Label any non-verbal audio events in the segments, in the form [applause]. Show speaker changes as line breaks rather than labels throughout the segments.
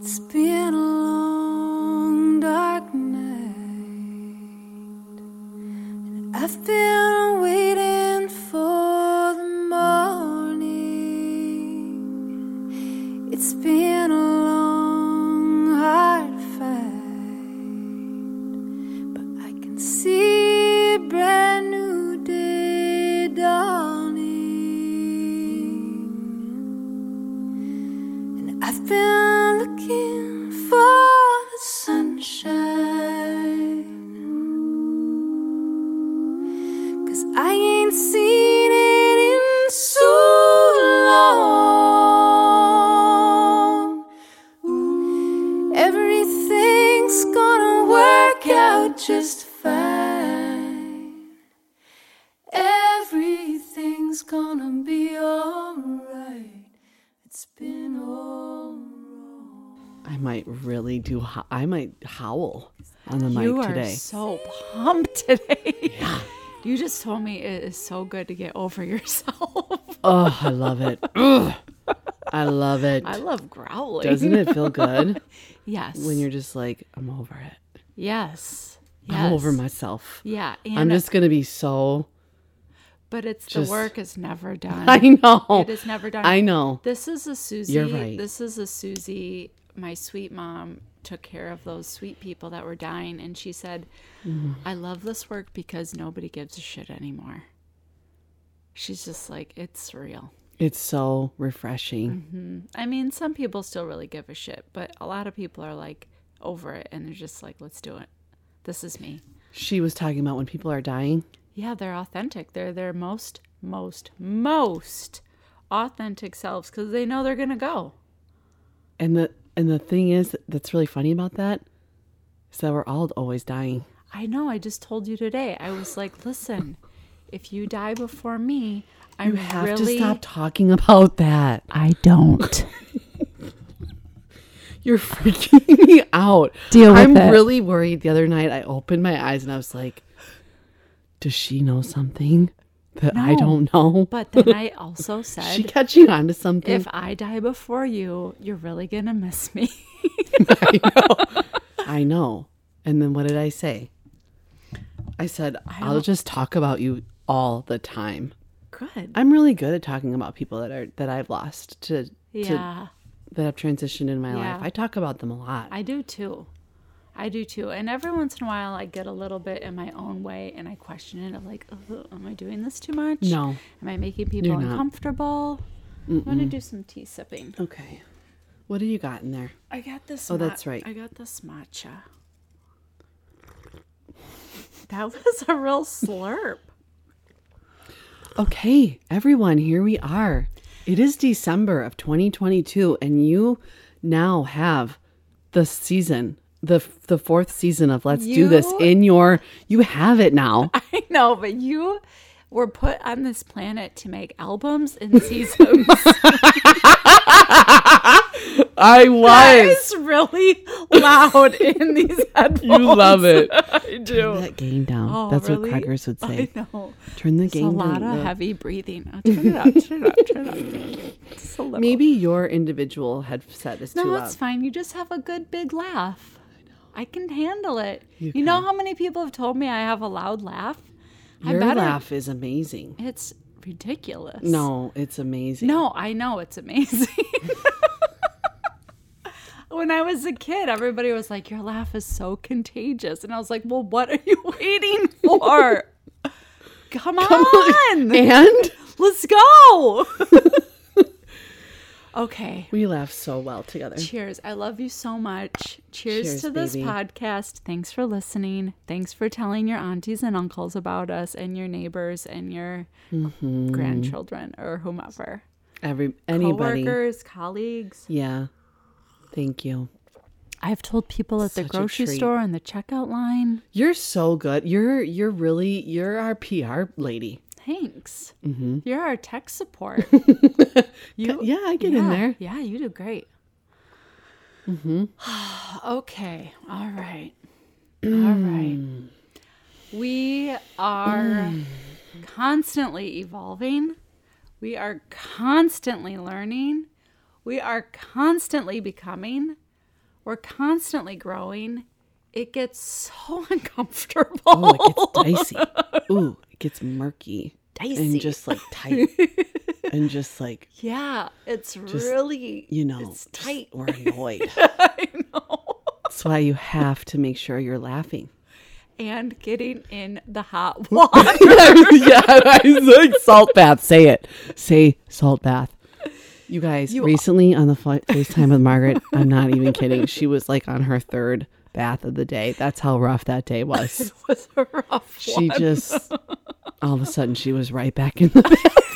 It's been a long dark night, and I've been waiting for the morning. It's been a long, hard fight, but I can see a brand new day dawning. And I've been looking for the sunshine. Cause I ain't seen it in so long. Everything's gonna work out just fine. Everything's gonna be alright. It's been all wrong.
I might really do. ho- I might howl on the
you
mic
are
today.
so pumped [laughs] today. You just told me it is so good to get over [laughs] yourself.
Oh, I love
[laughs]
it. Ugh. I love it.
I love growling.
Doesn't it feel good
[laughs] Yes.
when you're just like, I'm over it.
yes. Yes.
I'm over myself.
Yeah. And uh,
I'm just gonna be
[laughs]
so.
But it's
just-
the work is [laughs] never done.
I know.
It is never done.
I know.
This is a Susie.
You're right.
This is a Susie. My sweet mom took care of those sweet people that were dying, and she said, "I love this work because nobody gives a shit anymore." She's just like, it's real.
It's so
Mm-hmm.
refreshing.
I mean, some people still really give a shit, but a lot of people are like over it and they're just like, let's do it. This is me.
She was talking about when people are dying.
Yeah, they're authentic. They're their most, most, most authentic selves because they know they're going to go.
And the and the thing is that's really funny about that is that we're all always dying.
I know. I just told you today. I was like, listen, if you die before me, I'm
You have
really.
to stop talking about that.
I
[laughs]
don't.
You're freaking [laughs] me out.
Deal with
I'm
it.
really worried. The other night I opened my eyes and I was like, does she know something that I
No.
don't know?
But then I also
Is she
said,
catching on to something?
if I die before you, you're really going to miss me. [laughs]
I know. And then what did I say? I said, I'll just talk about you all the time.
Good.
I'm really good at talking about people that are that I've lost to, to
Yeah.
that have transitioned in my life.
Yeah.
I talk about them a lot.
I do too. I do too. And every once in a while, I get a little bit in my own way and I question it. I'm like, "Ugh, am I doing this too much?
No.
Am I making people
You're not.
uncomfortable? I'm going to do some tea sipping.
okay. What do you got in there?
I got this.
Oh, that's right.
I got this matcha. That was a real slurp. [laughs]
Okay, everyone, here we are. It is December of 2022, and you now have the season, the the fourth season of Let's Do This
You-
in your. You have it
[laughs]
now.
I know, but you were put on this planet to make
[laughs]
albums and seasons.
I was.
[laughs] it's really loud in these headphones.
You love it.
[laughs] I do.
Turn that game down.
Oh,
That's
really?
what Crackers would say.
[laughs] I know.
Turn the
It's a
game
lot
down.
of
The-
heavy breathing. Oh, turn it up, turn it up, turn it [laughs] up. Just a little.
Maybe your individual headset is too
no,
loud.
it's fine. You just have a good big laugh. I know. I can handle it.
You
You, know how many people have told me I have a loud laugh?
Your
I better.
laugh is amazing.
It's ridiculous.
No, it's amazing.
No, I know it's amazing. [laughs] when I was a kid, everybody was like, "Your laugh is so contagious," and I was like, "Well, what are you [laughs] waiting
[laughs]
for? Come, on,
[laughs] And
let's go." [laughs] okay.
we laugh so well together.
Cheers. I love you so much. Cheers,
Cheers,
to this
baby.
podcast. Thanks for listening. Thanks for telling your aunties and uncles about us and your neighbors and your
Mm-hmm.
grandchildren or whomever.
Every anybody.
Coworkers, colleagues.
Yeah. Thank you.
I've told people at the
Such a
grocery
treat.
store and the checkout line.
You're so good. You're you're really you're our PR lady.
Thanks.
Mm-hmm.
You're our tech
[laughs]
support.
You, yeah, I get in
yeah. [laughs]
there.
Yeah, you do great. Mm-hmm. [sighs] okay. All right. All right. We are
Mm.
constantly evolving. We are constantly learning. We are constantly becoming. We're constantly growing. It gets so [laughs] uncomfortable.
Oh, it gets dicey. Ooh, it gets murky.
Dicey.
And just like
[laughs]
tight. and just like,
[laughs] yeah, it's really
you know,
it's
just-
tight.
We're annoyed.
[laughs] I know.
That's why you have to make sure you're laughing.
And getting in
[laughs]
the hot water.
yeah, I was like salt bath. Say it. Say salt bath. You guys, recently on the fa- FaceTime with Margaret, I'm not even kidding. She was like on her third bath of the day. That's how rough that
[laughs]
day was.
was a rough
She just, all of a sudden, she was right back in the. [laughs]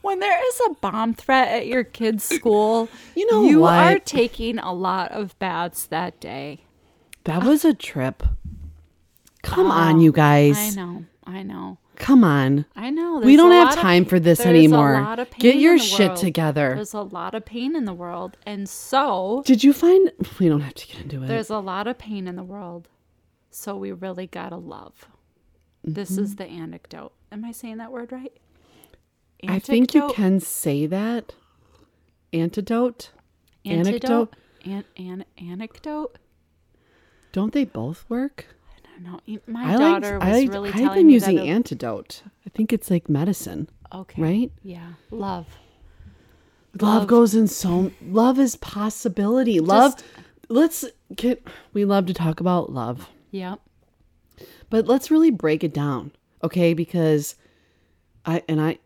When there is a bomb threat at your kid's school,
[clears throat] You know
you
what?
are taking a lot of baths that day.
That was a trip. Come on, you guys.
I know. I know.
Come on.
I know.
We
there's
don't
a
have
lot of-
time for this
there's a
anymore.
lot of
Get
pain
your
in the
shit
world.
together.
There's a lot of pain in the world. And so
Did you find? We don't have to get into it.
there's a lot of pain in the world. So we really got to love. This
Mm-hmm.
is the anecdote. Am I saying that word right?
I think you
Anecdote?
can say that. Antidote. Anecdote.
Antidote? An, an, anecdote?
Don't they both work?
I don't know. My daughter was
liked-
really telling
I've been
me
using
that it-
antidote. I think it's like medicine.
Okay.
right?
Yeah. Love.
Love, goes in so. Love is possibility. Love.
Just-
Let's get. We love to talk about love,
Yep.
but let's really break it down, okay? Because I and I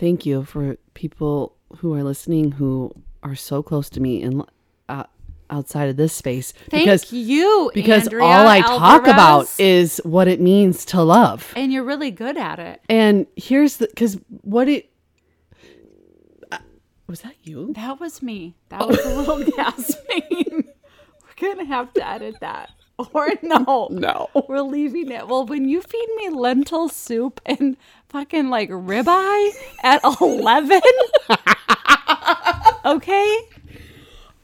thank you for people who are listening who are so close to me and uh, outside of this space
Thank
because
you.
because
Andrea
all I talk about
Alvarez.
is what it means to love.
And you're really good at it.
And here's the because what it uh, was that you?
That was me. That was a
[laughs]
little gasping. [laughs] We're gonna have to edit that. Or no.
No.
We're leaving it. Well, when you feed me lentil soup and fucking like ribeye at [laughs]
[laughs]
eleven Okay?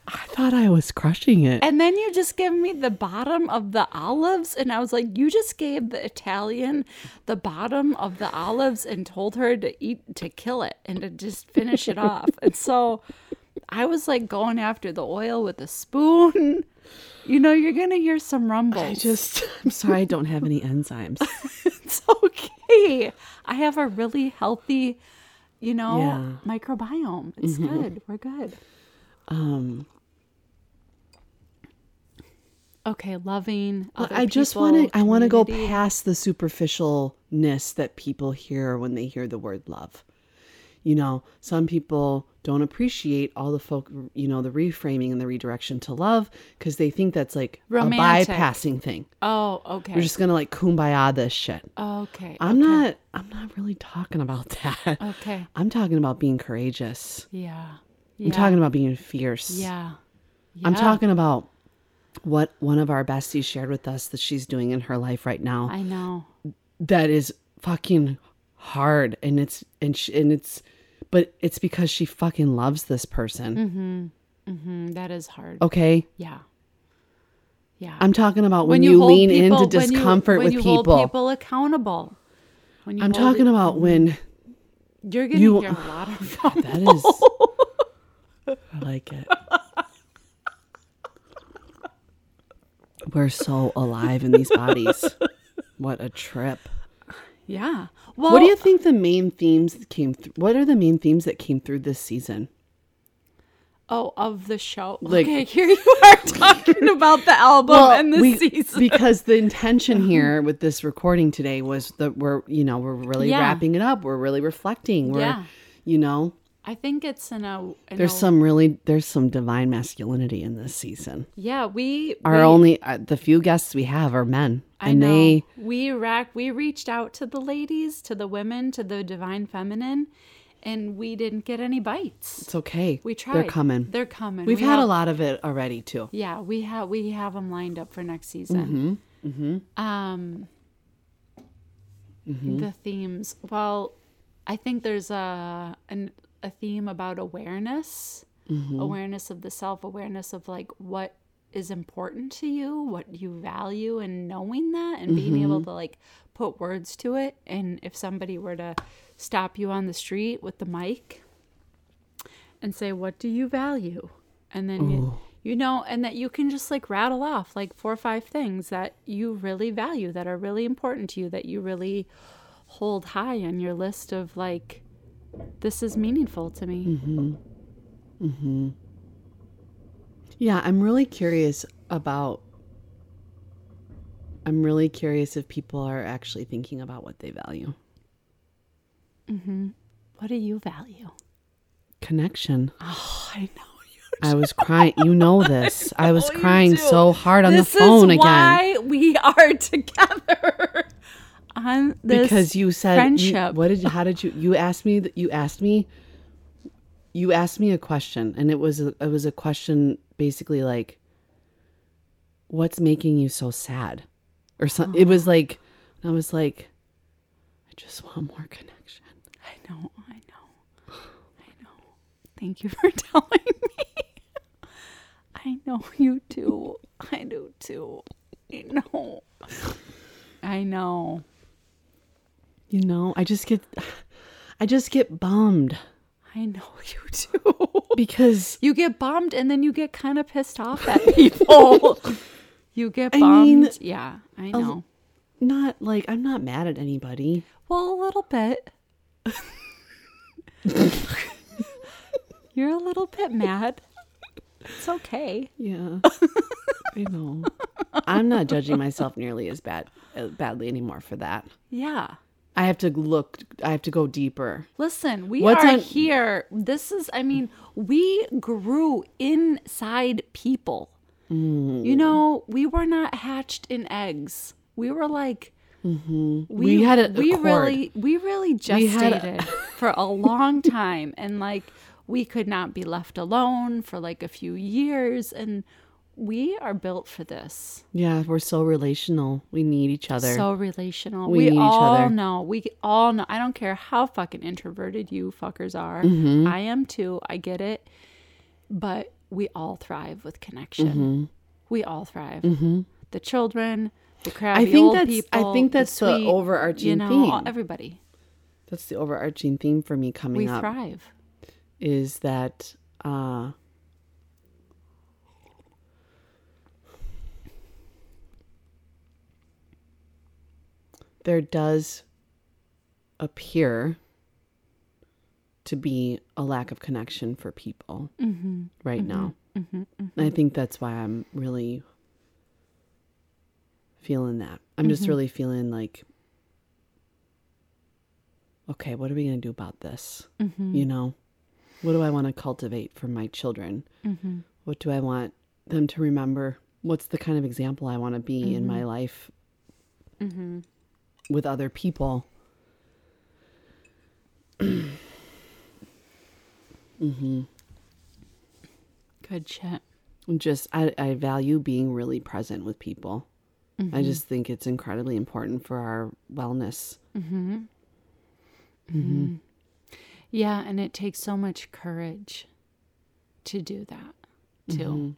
I thought I was crushing it.
And then you just give me the bottom of the olives. And I was like, you just gave the Italian the bottom of the olives and told her to eat, to kill it and to just finish it off. And so I was like going after the oil with a spoon. You know, you're going to hear some rumbles.
I just I'm sorry I don't have any enzymes.
[laughs] it's okay. I have a really healthy, you know,
Yeah. Mm-hmm.
microbiome. It's good. We're good.
Um
Okay, loving.
but
other
I just
people,
want to I want to go
community.
past the superficialness that people hear when they hear the word love. You know, some people don't appreciate all the folk, you know, the reframing and the redirection to love because they think that's like
Romantic.
a bypassing thing.
Oh, okay.
We're just gonna like kumbaya this shit.
Okay.
I'm not. I'm not really talking about [laughs] that.
Okay.
I'm talking about being courageous.
Yeah.
I'm talking about being fierce.
Yeah.
I'm
Yeah.
talking about what one of our besties shared with us that she's doing in her life right now.
I know.
that is fucking hard, and it's and sh and it's, but it's because she fucking loves this person.
Mm-hmm. Mm, that is hard.
Okay.
Yeah. Yeah.
Oh. I'm talking about when,
When
you,
hold
lean
people-
into
when you-
discomfort
when
with
you
people.
Hold people accountable. When you
I'm
hold
talking
it- Mm-hmm.
about when
You're gonna
you- [laughs]
hear a lot of that.
That is.
[laughs]
I like it. We're so alive in these bodies. What a trip.
Yeah. Well,
what do you think the main themes that came through? What are the main themes that came through this season?
oh, of the show.
Like-
okay, [laughs] here you are talking about the album Oh, and the
we-
season.
because the intention here with this recording today was that we're, you know, we're really
Yeah.
wrapping it up. We're really reflecting. We're,
Yeah.
you know,
I think it's in a. In
there's
a-
some really, there's some divine masculinity in this season.
Yeah, we
Our
we-
only, uh, the few guests we have are men.
I
and
know.
they,
we rack we reached out to the ladies, to the women, to the divine feminine, and we didn't get any bites.
It's okay.
We tried.
They're coming.
They're coming.
We've
We
had a
have-
lot of it already too.
Yeah, we have we have them lined up for next season. Mm-hmm. Um, the themes. Well, I think there's a an, a theme about awareness, awareness of the self, awareness of like what is important to you, what you value, and knowing that, and being able to like put words to it. And if somebody were to stop you on the street with the mic and say, "What do you value?" and then you, you know, and that you can just like rattle off like four or five things that you really value, that are really important to you, that you really hold high on your list of like, this is meaningful to me.
Mm-hmm. Yeah, I'm really curious about. I'm really curious if people are actually thinking about what they value.
What do you value? [laughs]
Connection.
Oh, I know you.
I was crying. You know this.
[laughs]
I was
Oh, you
crying
do.
so hard on
this
the phone again
is why we are [laughs] together on this
because you said you-
friendship.
what did you? How did you? You asked me. that- You asked me. You asked me a question, and it was a, it was a question basically like, "What's making you so sad?" Or something. It was like I was like, I just want more connection.
I know, I know, I know. Thank you for [laughs] telling me. I know you do. I do too. I know. I know.
You know, I just get, I just get bummed
I know you do.
because
You get bummed and then you get kind of pissed off at people. you get bummed.
mean,
yeah, I know.
not like I'm not mad at anybody.
Well, a little bit. [laughs] You're a little bit mad. It's okay.
Yeah, [laughs] I know. I'm not judging myself nearly as bad as badly anymore for that.
Yeah.
I have to look. I have to go deeper.
Listen, we
What's
are
on-
here. This is, I mean, we grew inside people.
Mm.
You know, we were not hatched in eggs. We were like,
Mm-hmm. We had a- a
we
cord.
really, we really
had a-
gestated for a long [laughs] time, and like we could not be left alone for like a few years, and we are built for this.
Yeah, we're so relational. We need each other.
So relational.
We
We,
need each
all
other.
know. We all know. I don't care how fucking introverted you fuckers are.
Mm-hmm.
I am too. I get it. But we all thrive with connection.
Mm-hmm.
We all thrive. The children, the crabby
I think
old
that's.
people.
I think that's the,
sweet,
overarching
you know, all-
theme.
Everybody.
that's the overarching theme for me coming
We
up
thrive.
is that. uh There does appear to be a lack of connection for people right now. I think that's why I'm really feeling that. I'm just really feeling like, okay, what are we going to do about this? You know, what do I want to cultivate for my children?
Mm-hmm.
What do I want them to remember? What's the kind of example I want to be in
Mm-hmm.
my life with other people?
Good shit.
just I, I value being really present with people
Mm-hmm.
i just think it's incredibly important for our wellness Mm-hmm.
Mm-hmm. Yeah, and it takes so much courage to do that too.
Mm-hmm.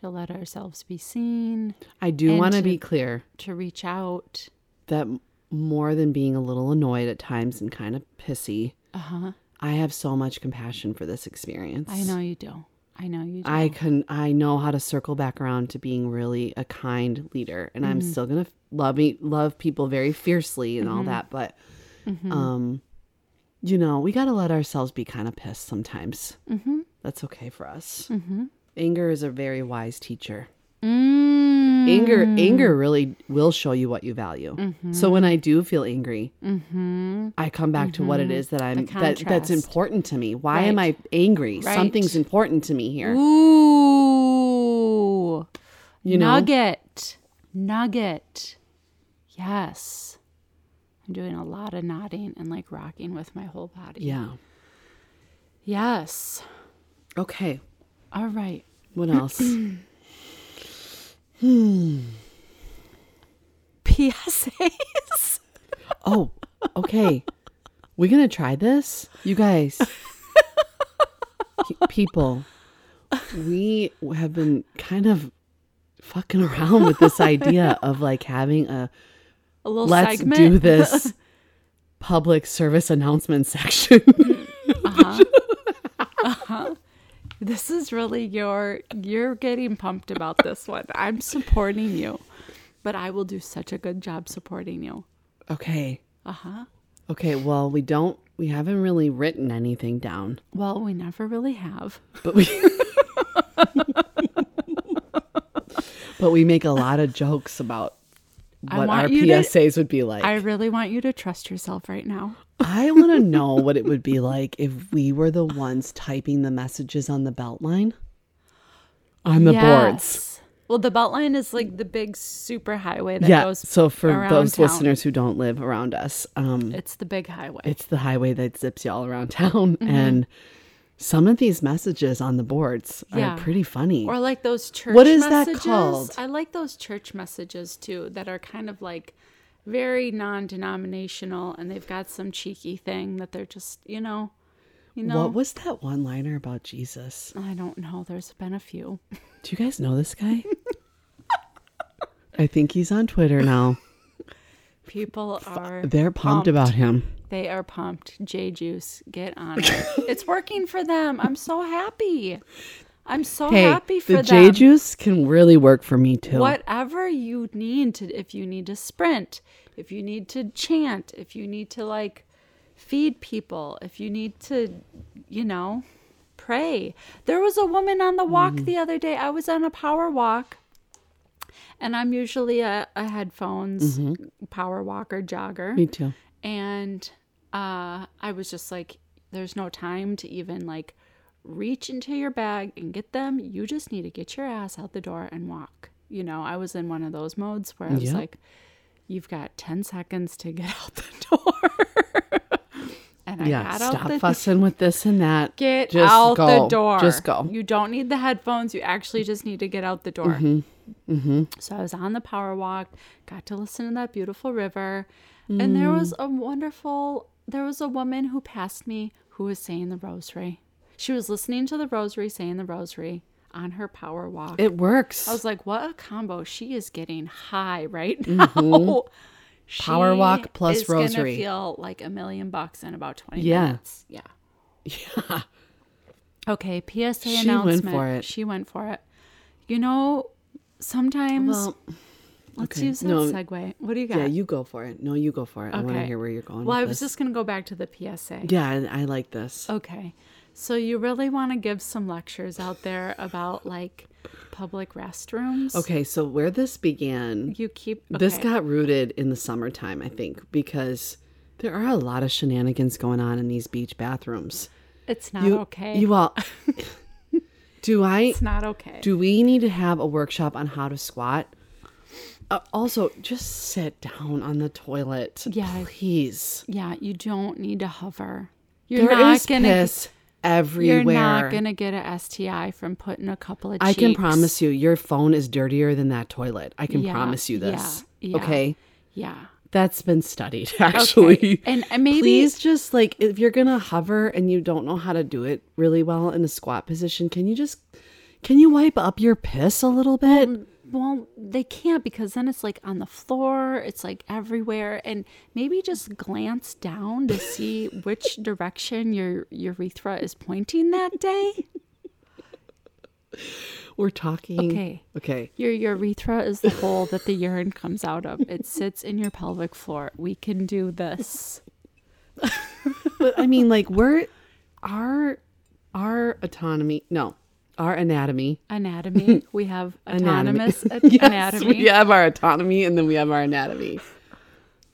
To let ourselves be seen,
i do
And
want to
to-
be clear
to reach out.
that m- more than being a little annoyed at times and kind of pissy
Uh huh.
i have so much compassion for this experience
I know you do. I know you do.
i can i know how to circle back around to being really a kind leader and
Mm-hmm.
i'm still gonna f- love me love people very fiercely and all that but
Mm-hmm.
um you know we gotta let ourselves be kind of pissed sometimes
mm-hmm.
that's okay for us
Mm-hmm.
Anger is a very wise teacher.
Mm.
Anger anger really will show you what you value. So when I do feel angry,
Mm-hmm.
I come back to what it is that I'm that, that's
contrast.
important to me. Why am I
Right.
angry?
Right.
Something's important to me here.
Ooh.
You know?
Nugget. Nugget. Yes. I'm doing a lot of nodding and like rocking with my whole body.
Yeah.
Yes.
Okay.
All right. [laughs]
[clears throat] What else?
PSAs.
oh, okay. We're going to try this. You guys. Pe- People, we have been kind of fucking around with this idea of like having a
A little
let's
segment.
do this public service announcement section.
[laughs] This is really your you're getting pumped about this one. I'm supporting you. But I will do such a good job supporting you.
[laughs] Okay.
Uh-huh.
Okay. Well, we don't. We haven't really written anything down,
Well, we never really have.
but we.
[laughs]
but we make a lot of jokes about
I
what
want
our
you to-
PSAs would be like.
I really want you to trust yourself right now.
I want to know what it would be like if we were the ones typing the messages on the Beltline. On the boards.
Yes. Well, the Beltline is like the big super highway that
Yeah.
goes
So for
around
those
town.
listeners who don't live around us, um,
it's the big highway.
it's the highway that zips you all around [laughs] town,
Mm-hmm.
and some of these messages on the boards
Yeah.
are pretty funny.
Or like those church
What is that
messages.
called?
I like those church messages too that are kind of like very non-denominational and they've got some cheeky thing that they're just, you know, you know.
What was that one liner about Jesus?
I don't know. There's been a few. [laughs]
Do you guys know this guy? I think he's on Twitter now.
People are
They're pumped about him.
they are pumped. J juice, get on it. it's working for them. I'm so happy. I'm so
Hey,
Oh, happy for
the J
them.
juice can really work for me too.
whatever you need to if you need to sprint if you need to chant if you need to like feed people if you need to you know pray there was a woman on the walk
Mm-hmm.
the other day i was on a power walk and i'm usually a, a headphones
Mm-hmm.
power walker jogger
Me too.
and uh, I was just like, there's no time to even like reach into your bag and get them. You just need to get your ass out the door and walk. You know, I was in one of those modes where I was
Yep.
like, you've got 10 seconds to get [laughs] out the door. and I
Yeah,
got out
stop
the
fussing with this and that.
Get
Just
out the
go.
door.
Just go.
You don't need the headphones. You actually just need to get out the door.
Mm-hmm.
So I was on the power walk, got to listen to that beautiful river, and there
Mm.
was a wonderful there was a woman who passed me who was saying the rosary. She was listening to the rosary, saying the rosary on her power walk.
It works.
I was like, what a combo. She is getting high right [laughs] now.
Mm-hmm. Power
She
walk plus
is gonna
rosary.
feel like a million bucks in about 20
Yeah.
minutes. Yeah. Yeah. Okay, PSA
She went
announcement.
for it.
She went for it. You know, sometimes
well,
let's
okay.
use that
No.
segue. What do you got?
yeah, you go for it. No, you go for it. I want to hear where you're going.
Well,
with
I was
this.
just going to go back to the PSA.
Yeah, I, I like this.
Okay. So you really want to give some lectures out there about like public restrooms?
Okay, so where this began,
You keep
this
okay.
got rooted in the summertime, I think, because there are a lot of shenanigans going on in these beach bathrooms.
It's not
You,
okay.
You
[laughs]
all. do I?
it's not okay.
Do we need to have a workshop on how to squat? Uh, also, just sit down on the toilet,
Yeah.
please.
yeah, you don't need to hover. You're
There is
not gonna.
piss everywhere.
You're not gonna get a STI from putting a couple of.
I can
cheeks.
promise you, your phone is dirtier than that toilet. I can
Yeah,
promise you
yeah,
this.
yeah.
Okay.
Yeah.
That's been studied [laughs] actually.
And, and maybe-
please just like if you're gonna hover and you don't know how to do it really well in a squat position, can you just can you wipe up your piss a little bit?
Um, Well, they can't because then it's like on the floor. It's like everywhere, and maybe just glance down to
[laughs]
see which direction your urethra is pointing that day.
We're talking
Okay.
Okay.
Your urethra is the hole that the urine comes out of. It sits in your pelvic floor. We can do this.
But I mean like we're our our autonomy no. Our anatomy. [laughs]
Anatomy. We have
Anatomy.
autonomous
[laughs]
a-
Yes,
anatomy.
We have our autonomy and then we have our anatomy.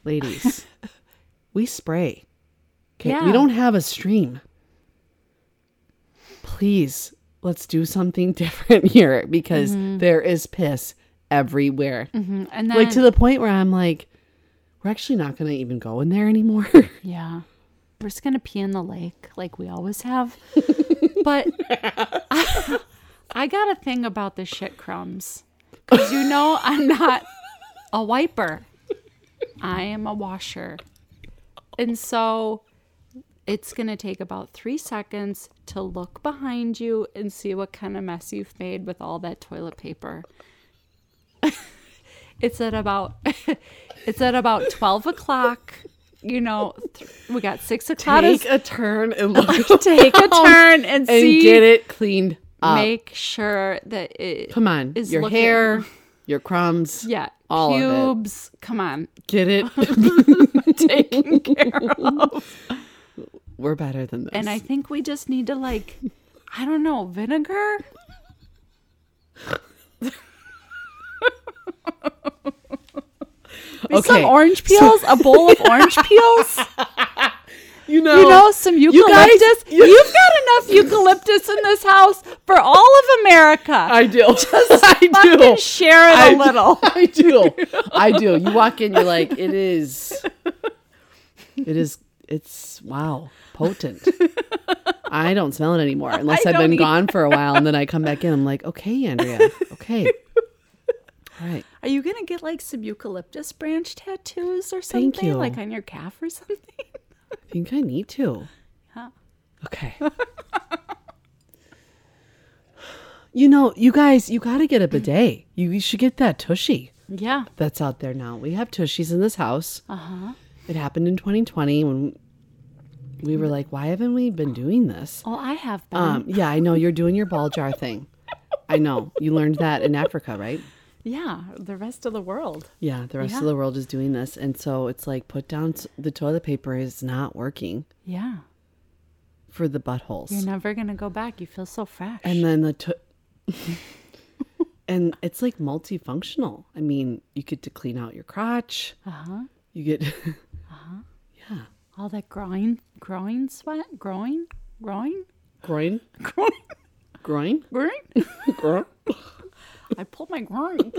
Ladies, [laughs] we spray. Okay.
Yeah.
We don't have a stream. Please, let's do something [laughs] different here because
Mm-hmm.
there is piss everywhere.
And Mm-hmm. then,
Like to the point where I'm like, we're actually not going to even go in there anymore. [laughs]
yeah, we're just gonna pee in the lake like we always have. but I, I got a thing about the shit crumbs because you know I'm not a wiper. I am a washer, and so it's gonna take about three seconds to look behind you and see what kind of mess you've made with all that toilet paper. [laughs] it's at about it's at about 12 o'clock you know th- we got six o'clock.
Take
Take,
a turn and
[laughs]
look
take a turn
and
and, see.
get it cleaned up.
Make sure that it.
Come on,
is
your
looking-
hair, your crumbs.
Yeah.
all of it.
pubes. Come on.
Get it? [laughs]
[laughs] Taken care of.
We're better than this.
And I think we just need
[laughs]
to, like, I don't know, vinegar? Maybe
Okay,
Some orange peels, a
[laughs]
bowl of orange peels.
Oh. you know,
You know, some
guys-
eucalyptus.
[laughs] you-
You have got enough eucalyptus in this house for all of America.
I [laughs] do. I
Fucking
do.
share it
I
a little.
[laughs] I do. I do. You walk in, you're like, it is. [laughs] It is. It's wow, [laughs] potent. I don't smell it anymore unless
I
I've been
don't e-
gone for a while, and then I come back in. I'm like, okay, Andrea, okay,
[laughs]
all right.
Are you gonna get like some eucalyptus branch tattoos or something,
you.
like on your calf or [laughs] something?
I think I need to.
Yeah.
Okay. you know, you guys, you got to get a bidet. You, you should get that tushy.
Yeah.
that's out there now. We have tushies in this house.
Uh-huh.
It happened in 2020 when we were like, why haven't we been doing this?
Oh, I have been.
Um, yeah, I know you're doing your ball jar thing. I know you learned that in Africa, right?
yeah, the rest of the world.
Yeah, the rest of
Yeah.
the world is doing this, and so it's like put down s- the toilet paper is not working
Yeah.
for the buttholes,
You're never gonna go back. You feel so fresh.
and then the to- [laughs] and it's like multifunctional. I mean, you get to clean out your crotch.
uh huh.
You get [laughs] yeah,
All that groin, groin sweat, groin, groin,
groin,
groin,
groin. [laughs]
[laughs] groin. I pulled my [laughs] groin.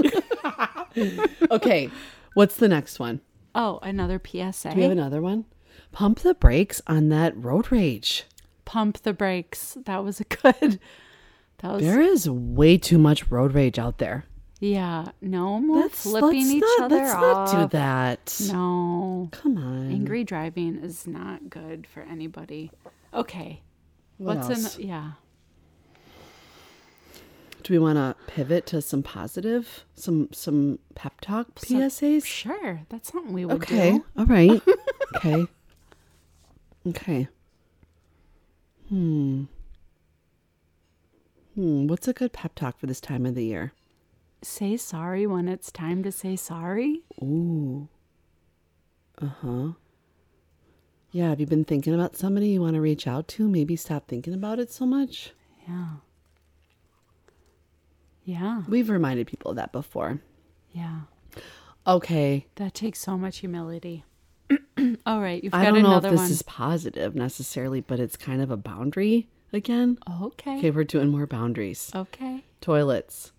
okay. What's the next one?
Oh, another PSA.
Do you have another one? Pump the brakes on that road rage.
Pump the brakes. That was a [laughs] good. That was
There is way too much road rage out there.
yeah. No more flipping
let's
each
not,
other
let's
off.
not do that.
No.
Come on.
Angry driving is not good for anybody. Okay.
What
What's
else?
in yeah.
Do we want to pivot to some positive, some some pep talk PSAs?
Sure. That's something we would
okay.
do.
All right.
[laughs]
okay. Okay. Hmm. Hmm. What's a good pep talk for this time of the year?
Say sorry when it's time to say sorry.
Ooh. Uh huh. Yeah, have you been thinking about somebody you want to reach out to? Maybe stop thinking about it so much.
Yeah. Yeah.
We've reminded people of that before.
Yeah.
Okay.
That takes so much humility. [clears throat] All right, you've
I
got
don't know if
another
this
one.
is positive necessarily, but it's kind of a boundary again.
okay.
Okay,
okay.
we're doing more boundaries. Toilets,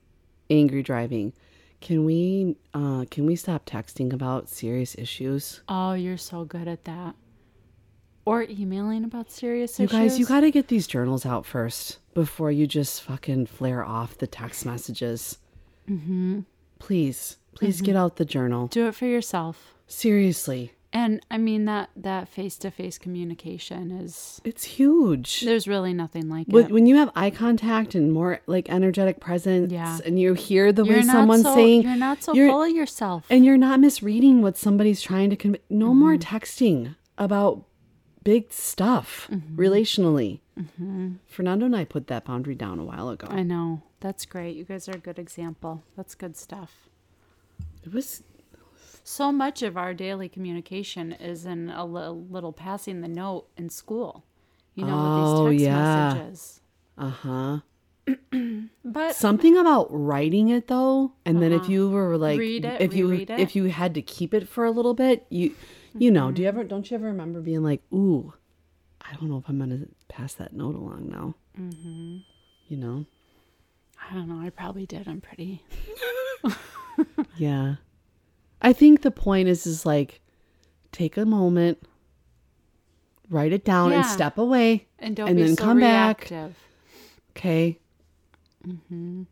angry driving. Can we uh can we stop texting about serious issues?
Oh, you're so good at that. Or emailing about serious
You
issues.
guys, you got to get these journals out first before you just fucking flare off the text messages. Mm-hmm. Please, please get out the journal.
do it for yourself.
Seriously,
And I mean that that face to face communication is
it's huge.
there's really nothing like
When,
it.
when you have eye contact and more like energetic presence,
Yeah.
and you hear the way
not
someone's
so,
saying,
you're not so
you're-
full of yourself.
and you're not misreading what somebody's trying to convey. No
Mm-hmm.
more texting about big stuff
Mm-hmm.
relationally. Fernando and I put that boundary down a while ago.
I know. That's great. You guys are a good example. That's good stuff.
It was
So much of our daily communication is in a li- little passing the note in school. You know,
Oh,
with these text
yeah.
messages.
uh huh.
But
something about writing it though and then if you were like
Uh-huh. Read it,
if you
reread it.
if you had to keep it for a little bit you you know do you
Mm-hmm.
ever don't you ever remember being like ooh i don't know if i'm gonna pass that note along now
Mm-hmm.
you know
I don't know, I probably did. I'm pretty
yeah i think the point is is like take a moment write it down and
Yeah.
step away
and don't
And
be
then
so
come back.
reactive.
okay Mm-hmm.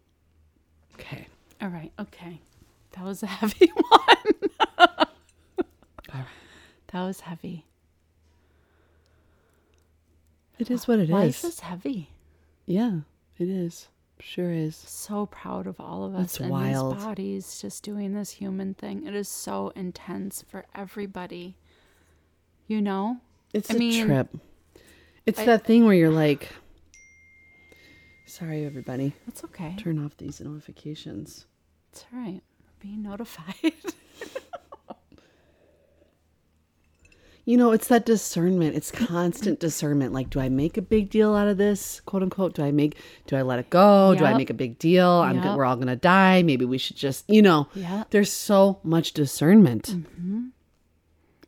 okay
All right, okay. That was a [laughs] heavy one.
all right
That was heavy.
it is what it is.
Life is heavy.
yeah it is sure is
so proud of all of us
That's
and
wild.
these bodies just doing this human thing. It is so intense for everybody. You know?
It's
I
a
mean,
trip. It's
I-
that thing where you're like, [sighs] sorry, everybody,
That's okay.
turn off these notifications.
It's all right. We're being notified. [laughs]
You know, it's that discernment. It's constant discernment. Like, do I make a big deal out of this? "Quote unquote." Do I make? Do I let it go? Do I
Yep.
make a big deal? I'm. go-
Yep.
We're all gonna die. Maybe we should just. You know.
Yep.
There's so much discernment.
Mm.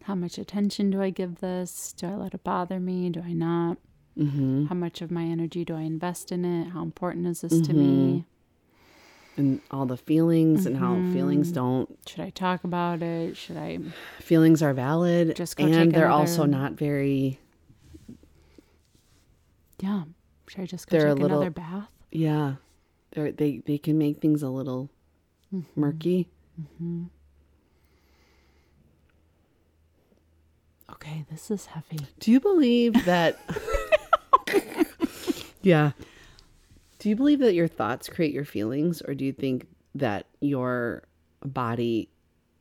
How much attention do I give this? Do I let it bother me? Do I not?
Mm-hmm.
How much of my energy do I invest in it? How important is this to me?
and all the feelings and how feelings
Mm-hmm.
don't
Should I talk about it? Should I?
feelings are valid
Just go
and
take
they're
another-
also not very
Yeah. Should I just go
They're a
take
little-
another bath?
yeah they're, they they can make things a little
Mm-hmm.
murky
Okay, this is heavy.
do you believe that yeah do you believe that your thoughts create your feelings or do you think that your body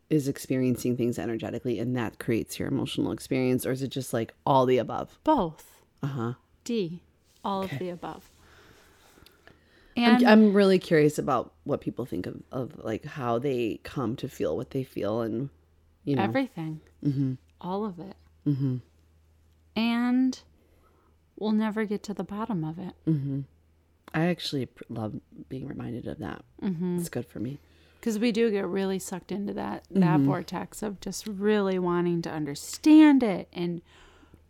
is experiencing things energetically and that creates your emotional experience or is it just like all the above
Both.
uh-huh
D. All of the above.
I'm,
And
I'm really curious about what people think of, of like how they come to feel what they feel and you know
everything. Mm-hmm. All of it. Mm-hmm. And we'll never get to the bottom of it.
i actually pr- love being reminded of that it's good for me
because we do get really sucked into that that
Mm-hmm.
vortex of just really wanting to understand it and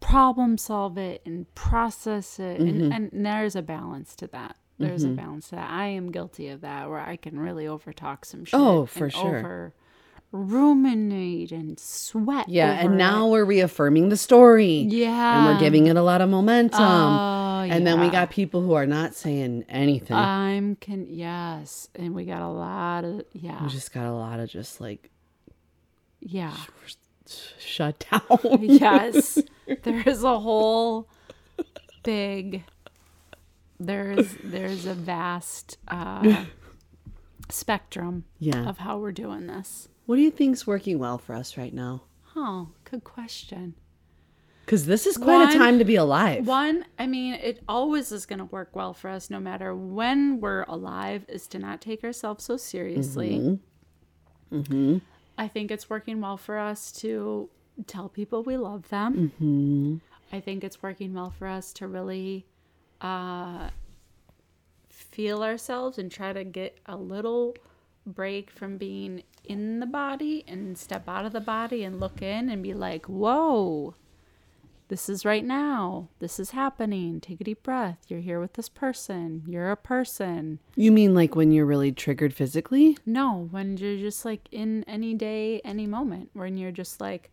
problem solve it and process it
Mm-hmm.
and, and there's a balance to that there's a balance to that i am guilty of that where i can really overtalk some shit
Oh, for
and
sure.
over ruminate and sweat
yeah
over
and
it.
now we're reaffirming the story
yeah
and we're giving it a lot of momentum
Oh,
and then we
yeah. Uh,
got people who are not saying anything
i'm can yes and we got a lot of yeah
we just got a lot of just like
yeah
shut down [laughs]
Yes. there is a whole big there's there's a vast uh, spectrum
Yeah.
of how we're doing this.
what do you think's working well for us right now
Oh, good question.
because this is quite a
One-
time to be alive
One, I mean, it always is going to work well for us no matter when we're alive is to not take ourselves so seriously. I think it's working well for us to tell people we love them. I think it's working well for us to really uh, feel ourselves and try to get a little break from being in the body and step out of the body and look in and be like, whoa, this is right now. This is happening. Take a deep breath. You're here with this person. You're a person.
you mean like when you're really triggered physically
No, when you're just like in any day, any moment, when you're just like,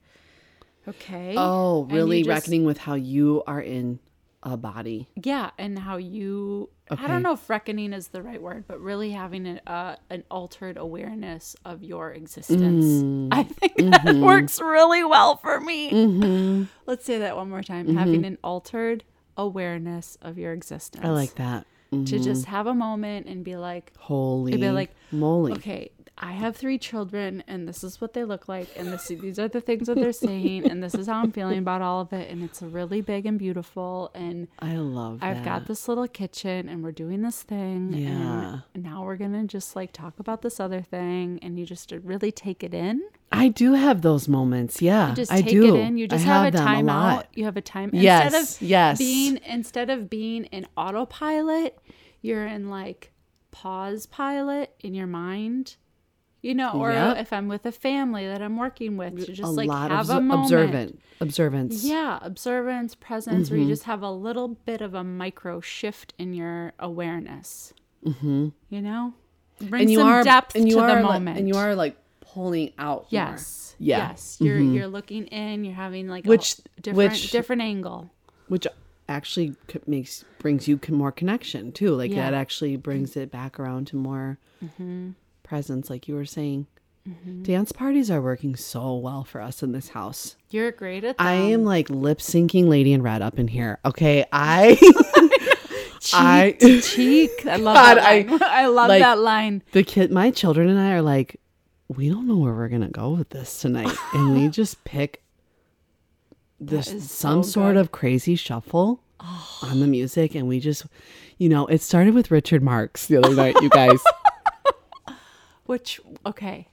okay.
Oh,
and you
really
just-
reckoning with how you are in a body.
Yeah, and how you I
Okay.
don't know if reckoning is the right word, but really having an uh, an altered awareness of your existence.
Mm.
I think [laughs] that
Mm-hmm.
works really well for me. Let's say that one more time.
Mm-hmm.
Having an altered awareness of your existence.
I like that.
to
Mm-hmm.
just have a moment and be like,
Holy
It'd be like,
moly.
okay, I have three children, and this is what they look like, and this, these are the things that they're saying, and this is how I'm feeling about all of it, and it's really big and beautiful, and
I love
I've got
that.
this little kitchen, and we're doing this thing,
Yeah.
and now we're gonna just like talk about this other thing, and you just really take it in,
I do have those moments. Yeah.
you just
I
take
do.
it in, you
I
just have, a
them
time out,
lot.
you have a time
Yes,
instead of
yes.
being instead of being in autopilot, you're in like pause pilot in your mind. You know, or
Yep.
if I'm with a family that I'm working with, to just
a
like
lot
have
of
a moment.
observant observance. Mm-hmm.
Yeah, observance, presence, where you just have a little bit of a micro shift in your awareness. Mm-hmm. You know, bring
And you
some
are
depth
and you
to
are
the
like-
moment.
and you are like pulling out. more.
yes,
Yeah. Mm-hmm.
yes. You're you're looking in. You're having like
Which-
a different
which-
different angle.
Which actually co- makes brings you con- more connection too. Like
Yeah. Mm-hmm.
that actually brings it back around to more presence, like you were saying. Dance parties are working so well for us in this house.
You're great at that.
I am like lip syncing Lady in Red up in here.
[laughs]
Okay, I, I,
cheek. I love
God, I-
that line. [laughs] I, love
like-
that line.
the kid, my children and I are like,
[laughs]
we don't know where we're gonna go with this tonight, and we just pick this
is
some
so
sort
good. Oh.
of crazy shuffle on the music and we just you know it started with richard marx the other night you
[laughs]
guys
Which okay.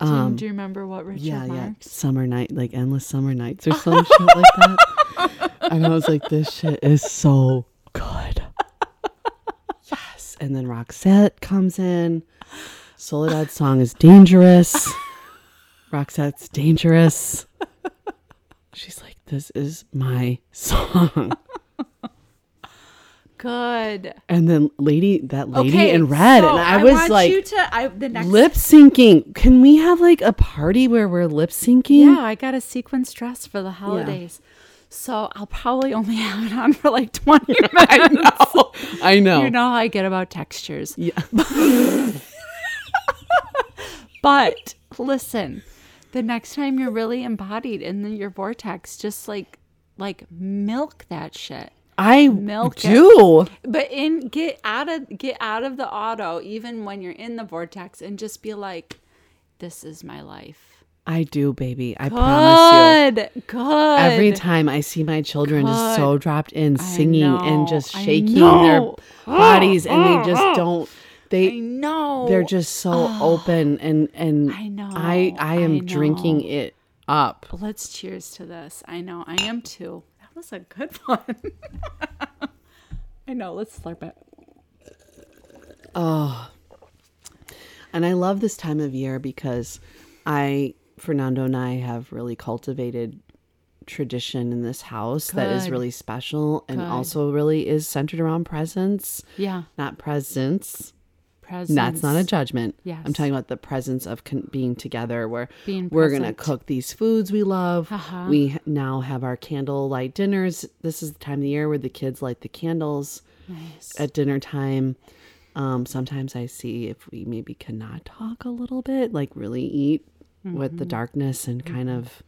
Do, do you remember what Richard
Um, yeah yeah
Marx?
summer night like endless summer nights or
[laughs]
some shit like that and i was like this shit is so good yes and then roxette comes in soledad's song is dangerous roxette's dangerous she's like this is my song
Good.
and then lady that lady
okay,
in red
so
and i
I
was
want
like
you to I, the next
lip syncing can we have like a party where we're lip syncing [laughs]
Yeah, I got a sequence dress for the holidays. So I'll probably only [laughs] have it on for like 20
[laughs]
minutes. I know.
Oh, i know
You know how I get about textures.
yeah
But listen, the next time you're really embodied in the- your vortex, just like like milk that shit.
I
Milk it.
do.
But in get out of get out of the auto even when you're in the vortex and just be like this is my life.
I do, baby. I promise you.
Good. Good.
Every time I see my children just so dropped in singing and
know,
just
I
shaking their
know. [gasps]
bodies and they just don't
I
they
know.
they're just so open and and
I know,
I I am
I
drinking
know.
it up.
Let's cheers to this. I know. I am too. That was a good [laughs] one. I know. Let's slurp it.
And I love this time of year because I, Fernando and I have really cultivated tradition in this house that is
Good.
really special and also really is centered around presence,
Yeah.
not presence.
Presents.
That's not a judgment.
Yes.
I'm talking about the presence of con- being together where
Being
we're going to
present. Uh-huh.
cook these foods we love. We h- now have our candlelight dinners. This is the time of the year where the kids light the candles
Nice.
at dinner time. Um, sometimes I see if we maybe cannot talk a little bit, like really eat with the
Mm-hmm.
darkness and kind of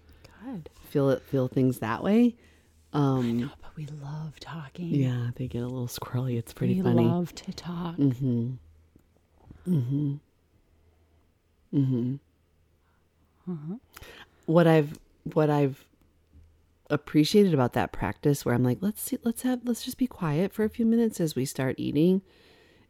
Good.
feel it, feel things that way. Um,
But we love talking.
yeah, they get a little squirrely. It's pretty
We
funny. Mm-hmm.
love to talk.
what I've what I've appreciated about that practice where I'm like, let's see, let's have let's just be quiet for a few minutes as we start eating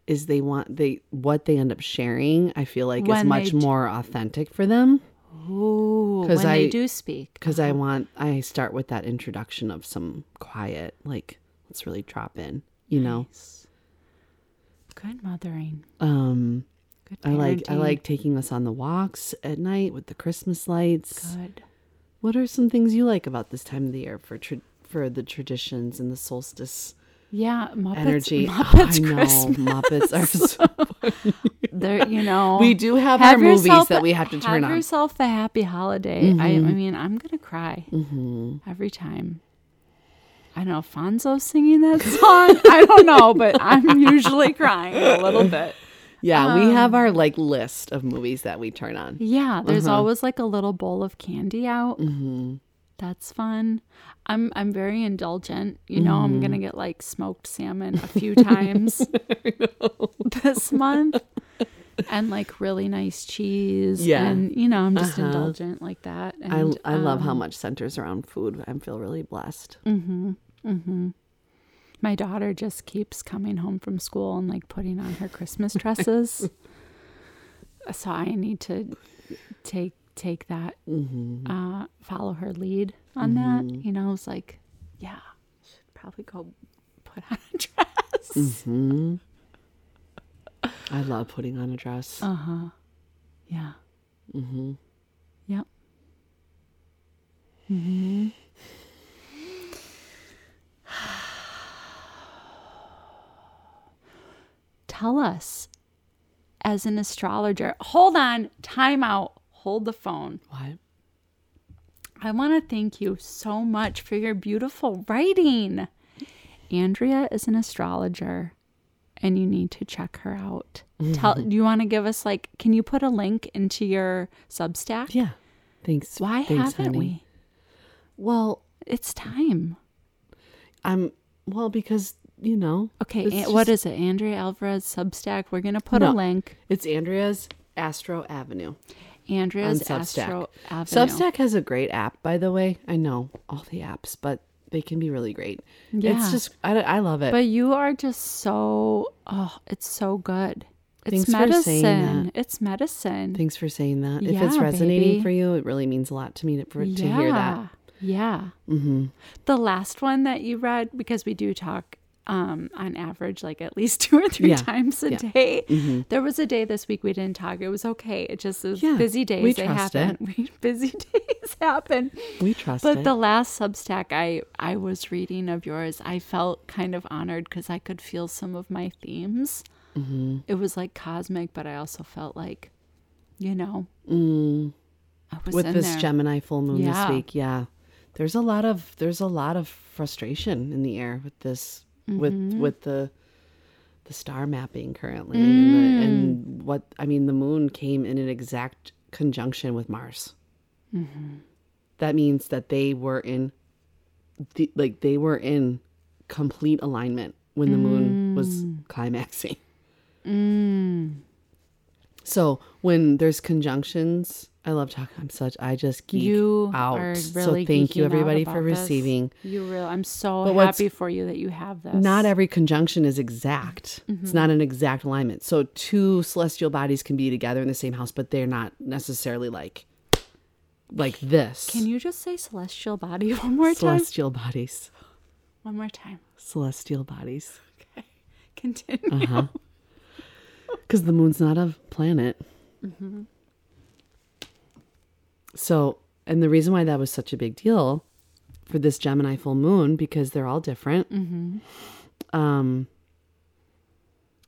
is they want they what they end up sharing, I feel like is
When
much
they d-
more authentic for them
Ooh.
'Cause
When they
I-
do speak.
because I want I start with that introduction of some quiet, like let's really drop in, you know.
Good mothering.
Um
Good
I
parenting.
like I like taking us on the walks at night with the Christmas lights.
Good.
What are some things you like about this time of the year for tra- for the traditions and the solstice
Yeah. Muppets.
energy?
[laughs] Muppets
[laughs] I know Muppets are.
Christmas.
So,
[laughs] They're,
[laughs]
you know.
we do have, our movies
yourself
that
a-
we have to turn
have
on. Mm-hmm.
yourself a happy holiday. I, I mean, I'm gonna cry every time. I don't know Fonzo singing that [laughs] song. I don't know, but I'm usually crying a little bit.
Yeah, we have our like list of movies that we turn on.
um, Yeah, there's
Uh-huh.
always like a little bowl of candy out.
Mm-hmm.
That's fun. I'm I'm very indulgent. You know, I'm
Mm-hmm.
gonna get like smoked salmon a
[laughs]
few times [laughs] this month, and like really nice cheese.
Yeah. Uh-huh.
and you know, I'm just indulgent like that. And,
I, I love
um, mm-hmm,
how much centers around food. I feel really blessed.
my daughter just keeps coming home from school and like putting on her Christmas
[laughs]
dresses. so I need to take take that
Mm-hmm.
uh, follow her lead on that. You know, it's like, yeah, should probably go put on a [laughs] dress.
I love putting on a dress.
uh, Yeah. Mm-hmm. Yep. Mm-hmm. [sighs] Tell us, as an astrologer, hold on, time out, hold the phone.
What?
I want to thank you so much for your beautiful writing. Andrea is an astrologer and you need to check her out. Tell
Mm-hmm.
do you want to give us like can you put a link into your Substack?
Yeah. Thanks.
Why
thanks,
haven't
honey.
we?
Well,
It's time.
I'm well because you know
Okay,
it's
An-
just-
what is it? Andrea Alvarez Substack. We're going to put a
No.
link.
It's Andrea's Astro Avenue.
Andrea's
on
Astro Avenue.
Substack has a great app, by the way. I know all the apps, but they can be really great.
Yeah.
It's just, I, I love it.
But you are just so oh, it's so good. It's
Thanks for saying that.
medicine. It's medicine.
Thanks for saying that. if it's
Yeah,
resonating
baby.
for you, it really means a lot to me to, for, to hear that.
Yeah. Mm-hmm. The last one that you read, because we do talk um, on average like at least [laughs] two or three
Yeah. Mm-hmm.
times a day. There was a day this week we didn't talk. It was okay. It just is
Yeah.
busy days.
We
they
trust
happen. We, [laughs] busy days happen.
We trust
But
it.
the last Substack I I was reading of yours, I felt kind of honored because I could feel some of my themes.
Mm-hmm.
It was like cosmic, but I also felt like, you know, I was
Mm. With
in
this
there.
Gemini full moon
Yeah.
this week, yeah. There's a lot of there's a lot of frustration in the air with this with
Mm-hmm.
with the the star mapping currently and, the,
Mm.
and what I mean the moon came in an exact conjunction with Mars. That means that they were in the, like they were in complete alignment when the moon was
Mm.
climaxing. So when there's conjunctions, I love talking. I'm such. I just geek
you
out.
Are
so
really
thank you
geeking out
everybody for
about this.
receiving.
You real. I'm so
But what's-
happy for you that you have this.
Not every conjunction is exact.
Mm-hmm.
It's not an exact alignment. So two celestial bodies can be together in the same house, but they're not necessarily like like this.
Can you just say celestial body [laughs] one more time?
celestial bodies?
One more time. [laughs]
Celestial bodies.
Continue.
Because the moon's not a planet. So, and the reason why that was such a big deal for this Gemini full moon, because they're all different, um,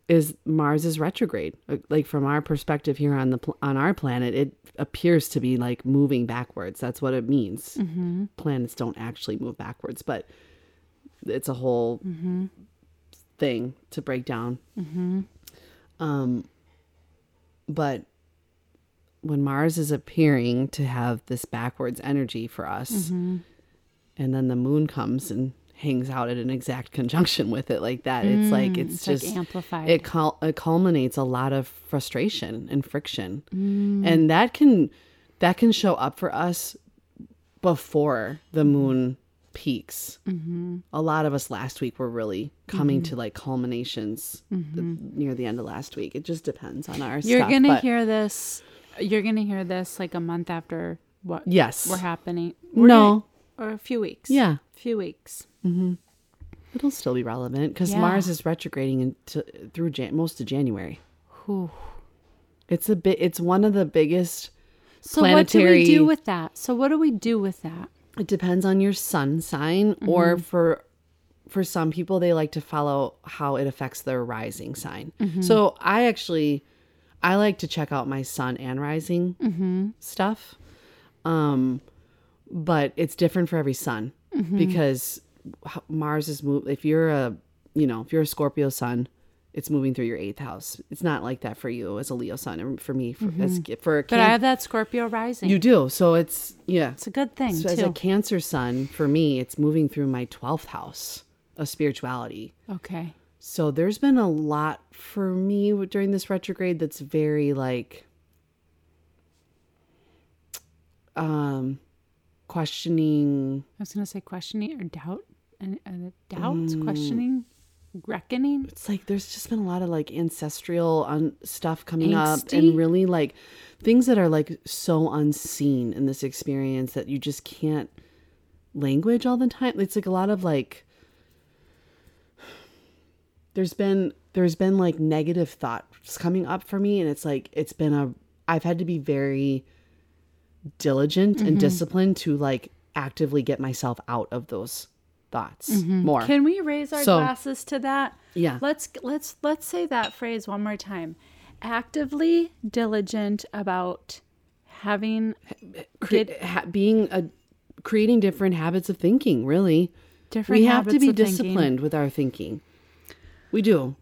is Mars is retrograde. Like- Like from our perspective here on the pl- on our planet, it appears to be like moving backwards. That's what it means. Planets don't actually move backwards, but it's a whole
Mm-hmm.
thing to break down. Um, but when Mars is appearing to have this backwards energy for us,
Mm-hmm.
and then the moon comes and hangs out at an exact [laughs] conjunction with it like that, it's like it's,
Mm, it's like
just
amplified.
It, cul- it culminates a lot of frustration and friction,
Mm.
and that can that can show up for us before the moon
Mm-hmm.
peaks. A lot of us last week were really coming
Mm-hmm.
to like culminations th- near the end of last week. It just depends on our
You're
stuff,
gonna
but
hear this. You're gonna hear this like a month after what
Yes.
we're happening. We're
no.
gonna- or a few weeks.
Yeah.
few weeks.
It'll still be relevant because
Yeah.
Mars is retrograding into through Jan- most of January.
Whew.
It's a bit. It's one of the biggest.
So what do we
Planetary-
do with that? So what do we do with that?
It depends on your sun sign, or
Mm-hmm.
for for some people, they like to follow how it affects their rising sign.
Mm-hmm.
So I actually, I like to check out my sun and rising
Mm-hmm.
stuff, um, but it's different for every sun
Mm-hmm.
because h- Mars is move. If you're a, you know, if you're a Scorpio sun, it's moving through your eighth house. It's not like that for you as a Leo sun, and for me, for, as, for a
Mm-hmm. But I
Can-
have that Scorpio rising.
you do. So it's yeah.
it's a good thing
So
too.
as a Cancer sun, for me, it's moving through my 12th house of spirituality.
okay.
So there's been a lot for me during this retrograde that's very like um questioning
I was gonna say questioning or doubt, and uh, doubts,
Mm.
questioning, reckoning.
it's like there's just been a lot of like ancestral un- stuff coming up
Angsty?
and really like things that are like so unseen in this experience that you just can't language all the time it's like a lot of like there's been there's been like negative thoughts coming up for me and it's like it's been a i've had to be very diligent
Mm-hmm.
and disciplined to like actively get myself out of those thoughts more
Mm-hmm. Can we raise our
So-
glasses to that?
Yeah.
Let's let's let's say that phrase one more time. Actively diligent about having
cre- ha- being a creating different habits of thinking really
different.
we have to
habits
be
of thinking.
disciplined with our thinking we do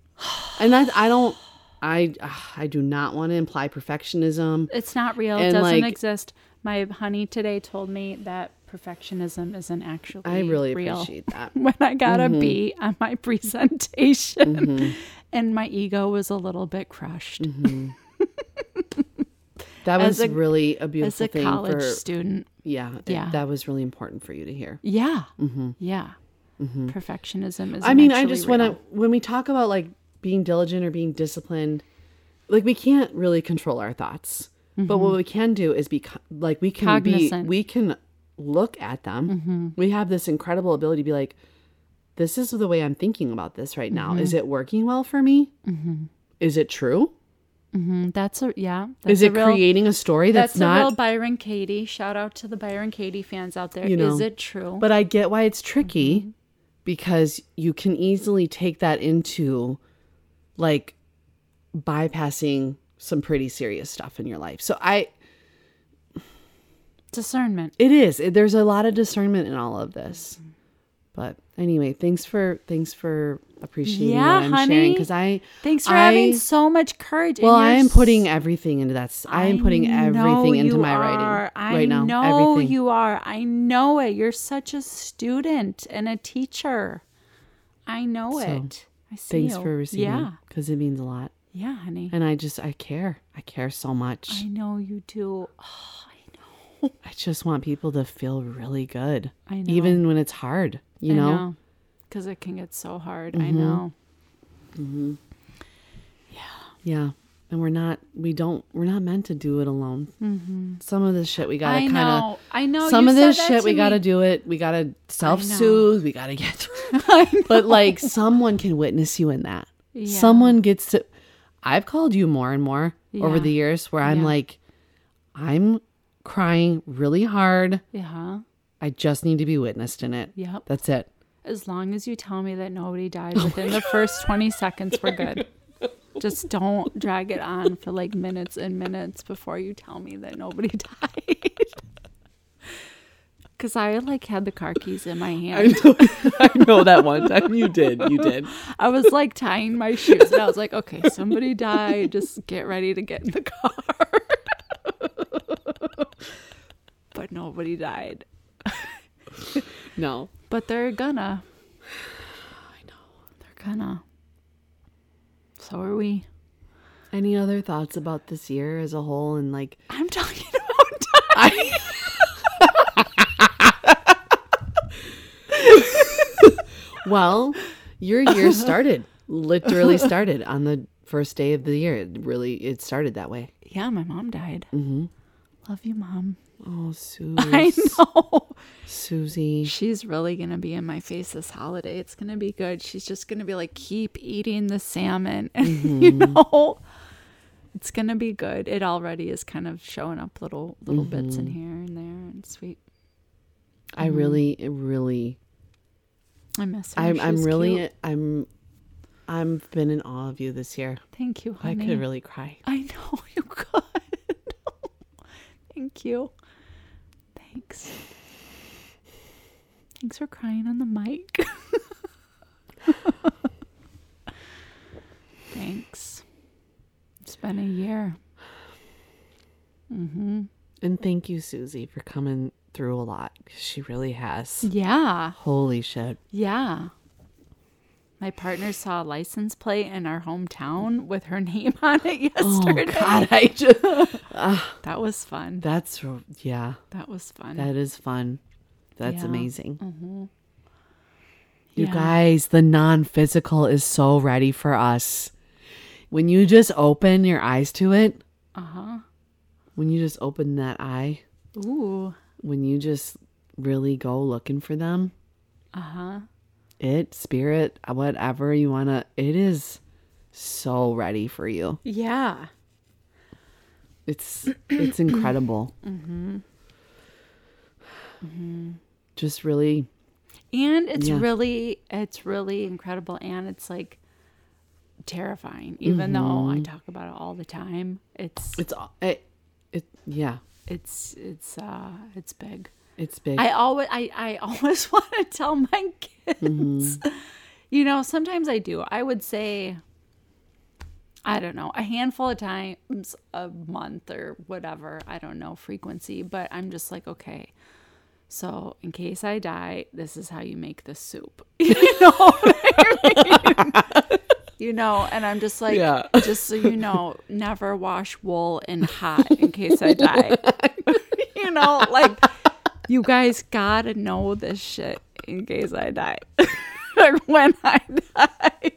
and that i don't i ah, i do not want to imply perfectionism
It's not real.
And,
it doesn't
like-
exist. My honey today told me that perfectionism isn't actually.
i really
real.
appreciate Mm-hmm. that
[laughs] when I got a B on my [laughs] presentation,
Mm-hmm.
and my ego was a little bit crushed.
That
As
was
a-
really a
as
beautiful
a
thing
college
for
student.
yeah, it-
Yeah.
That was really important for you to hear.
Yeah. Yeah. Perfectionism is.
Mm-hmm. I mean, I just want to when we talk about like being diligent or being disciplined, like we can't really control our thoughts, but what we can do is be co- like we can
Mm-hmm. Cognizant.
be
Mm-hmm.
we can look at them. We have this incredible ability to be like, this is the way I'm thinking about this right now. Is
Mm-hmm.
it working well for me? Is it true?
That's a yeah. That's
is
a
it
real,
creating a story that's,
That's,
not?
a real Byron Katie. Shout out to the Byron Katie fans out there. Is
You know,
it true?
But I get why it's tricky
Mm-hmm.
because you can easily take that into like bypassing some pretty serious stuff in your life. So I
Discernment.
it is. It, there's a lot of discernment in all of this.
Mm-hmm.
But anyway, thanks for thanks for appreciating
Yeah,
what I'm sharing
honey.
because I
Thanks for
I-
having so much courage. in
well,
your
I am
s-
putting everything into that. s- I am putting
know
everything into
you
my
are.
writing
I
right now.
know
everything.
you are. I know it. You're such a student and a teacher. I know it. I see
Thanks
you.
for receiving
Yeah,
because it means a lot.
yeah, honey.
And I just I care. I care so much.
I know you do.
I just want people to feel really good,
I know.
even when it's hard. You know? Mm-hmm.
because it can get so hard. I know.
yeah. And we're not, we don't, we're not meant to do it alone. Some of this shit we gotta
Mm-hmm. I
kind of.
know. I know.
Some
you
of this
said that
shit
to
we
me.
gotta do it. We gotta self soothe. We gotta get
[laughs]
through. but like someone can witness you in that. Someone gets to. I've called you more and more over
Yeah.
the years where I'm
Yeah.
like, I'm crying really hard.
Yeah.
I just need to be witnessed in it.
Yep.
That's it.
As long as you tell me that nobody died within the first 20 seconds, we're good. Just don't drag it on for like minutes and minutes before you tell me that nobody [laughs] died. Cause I like had the car keys in my hand.
[laughs] I know that one time you did. You did.
I was like tying my shoes, and I was like, "Okay, somebody died. Just get ready to get in the car." [laughs] but nobody died.
No.
But they're gonna. [sighs] I know they're gonna. So are we.
Any other thoughts about this year as a whole and like
I'm talking [laughs] about time.
I Well, your [laughs] year started. Literally started on the first day of the year. It really it started that way. Mm-hmm.
Yeah, my mom died. Love you, mom.
Oh [laughs] Susie.
I know.
Susie.
[laughs] She's really gonna be in my face this holiday. It's gonna be good. She's just gonna be like, keep eating the salmon, [laughs] and you
Mm-hmm.
know, it's gonna be good. It already is kind of showing up little little bits
Mm-hmm.
in here and there, and sweet.
I really really
I miss her.
I'm I'm
She's
really
cute.
I'm I'm been in awe of you this year.
Thank you,
I
honey.
could really cry.
I know [laughs] you could. [laughs] Thank you. Thanks. Thanks for crying on the mic. [laughs] Thanks. It's been a year.
And thank you, Susie, for coming through a lot. 'cause She really has.
Yeah.
Holy shit.
Yeah. My partner saw a license plate in our hometown with her [laughs] name on it
Oh,
yesterday.
[laughs] I just.
That was fun.
That's, r- yeah,
That was fun.
that is fun. That's
Yeah. Mm-hmm.
amazing. You
Yeah.
guys, the non physical is so ready for us. When you just open your eyes to it,
Uh huh.
when you just open that eye,
Ooh.
when you just really go looking for them,
Uh huh.
it, spirit, whatever you want to, it is so ready for you.
Yeah. [clears throat]
It's it's incredible.
Mm-hmm.
Just really,
and it's
Yeah.
really it's really incredible and it's like terrifying even though i talk about it all the time it's
it's Mm-hmm. it, it yeah,
it's it's uh it's big
it's big.
i always i, I [laughs] always want to tell my kids
Mm-hmm.
[laughs] you know sometimes i do i would say i don't know a handful of times a month or whatever i don't know frequency but i'm just like okay so in case i [laughs] die this is how you make the soup you know what I mean? you know, and I'm just like,
Yeah.
just so you know, never wash wool in hot in case I
[laughs]
die. [laughs] you know, like you guys gotta know this shit in case I die. [laughs] like when I die.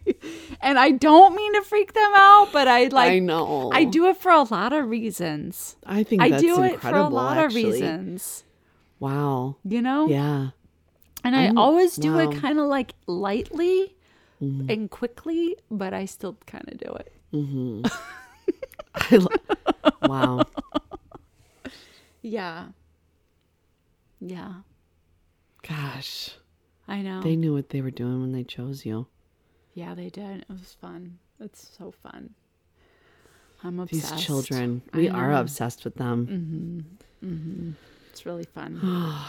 And I don't mean to freak them out, but I like
I know.
I do it for a lot of reasons.
I think
I
that's
do it for a
incredible,
lot
actually.
of reasons.
Wow.
You know?
Yeah.
And I always do
wow. Mm.
it kind of like lightly and quickly, but I still kind of do it.
I lo- wow.
Yeah. Yeah.
Gosh.
I know.
They knew what they were doing when they chose you.
yeah, they did. It was fun. It's so fun. I'm
These
obsessed.
children.
I
We are
know.
obsessed with them.
It's really
[sighs]
fun.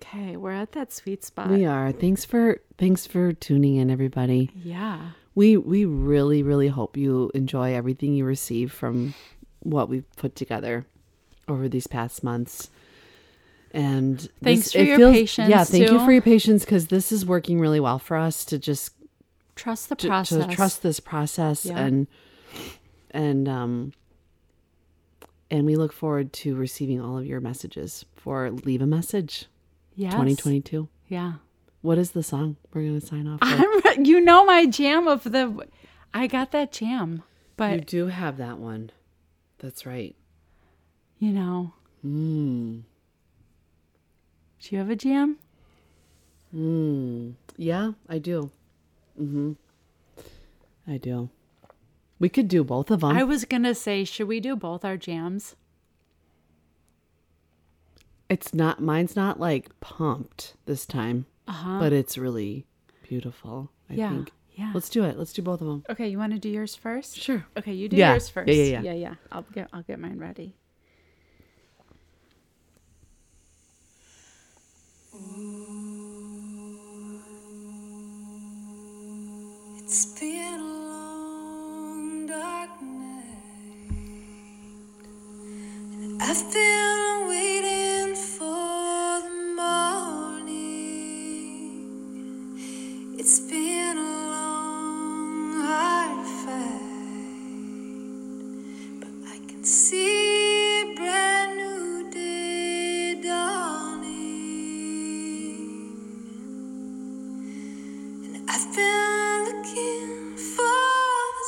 okay, we're at that sweet spot.
We are. Thanks for thanks for tuning in everybody.
Yeah.
We we really really hope you enjoy everything you receive from what we've put together over these past months. And this-
Thanks for
it
your patience,
Yeah, thank you
too.
for your patience because this is working really well for us to just
Trust the
to,
process.
to trust this process
Yeah.
and and um and we look forward to receiving all of your messages for leave a message
Yes.
2022
Yeah.
what is the song we're gonna sign
[laughs]
off with
I'm re- you know my jam of the. I got that jam,
you
but
do have that one that's right
you know.
Mm.
Do you have a jam?
yeah i do mm-hmm i do we could do both of them
I was gonna say, should we do both our jams?
it's not mine's not like pumped this time uh-huh. but it's really beautiful i
yeah.
think
Yeah.
let's do it let's do both of them
okay, you want to do yours first?
sure
Okay, you do
Yeah.
yours first.
Yeah, yeah, yeah.
yeah, I'll get I'll get mine ready.
It's been a long dark night. I've been waiting for the morning. It's been a long, hard fight. But I can see a brand new day dawning. I've been looking for the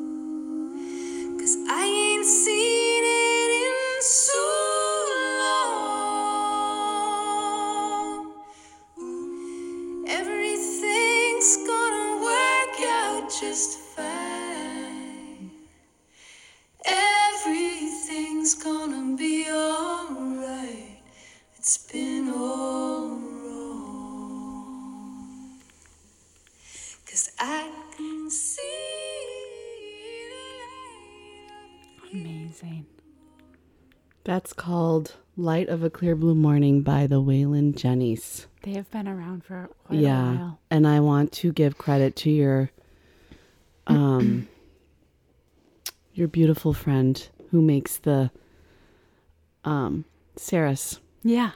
sunshine. Cause I ain't seen it in so long. Everything's gonna work out just fine. Everything's gonna be alright. It's been all wrong. Cause I can see the light of
Amazing.
That's called Light of a Clear Blue Morning by the Wayland Jennies.
They have been around for quite a
yeah.
while.
And I want to give credit to [clears throat] your um your beautiful friend who makes the um Saris.
Yeah.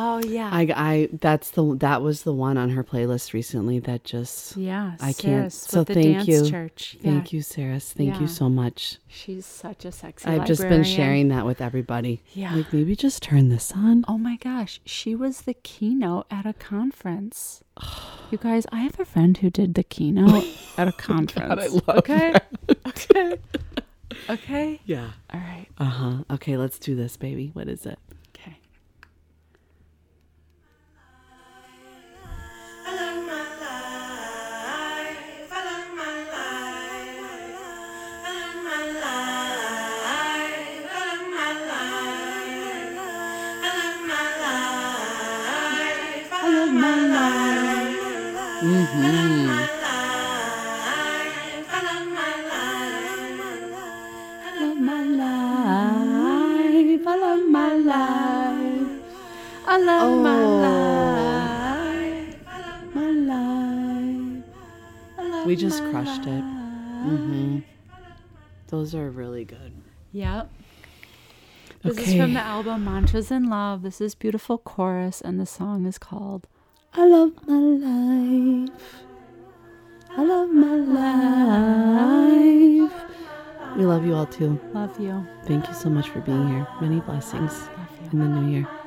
Oh yeah.
I I that's the that was the one on her playlist recently that just
yeah.
I can't.
Saris
So
with the
thank
dance
you.
Church.
Thank you, Saris. Thank
Yeah.
you so much.
She's such a sexy.
I've just been
librarian.
sharing that with everybody.
Yeah.
Like maybe just turn this on.
Oh my gosh, she was the keynote at a
[sighs]
conference. You guys, I have a friend who did the
[laughs]
keynote at a conference. okay. okay. Okay.
Yeah.
All right.
Uh-huh. Okay, let's do this, baby. What is it?
Okay.
I love my life. I love my life. I love my life. I love my life. I love my life. I love my life. I love my life. I love my life. I love my life. I love my life.
I love my
life. My life.
We just crushed it. Mm-hmm. Those are really good.
Yep. This is from the album Mantras in Love. This is Beautiful Chorus, and the song is called
I love my life. I love my life. We love you all too.
Love you.
Thank you so much for being here. Many blessings in the new year.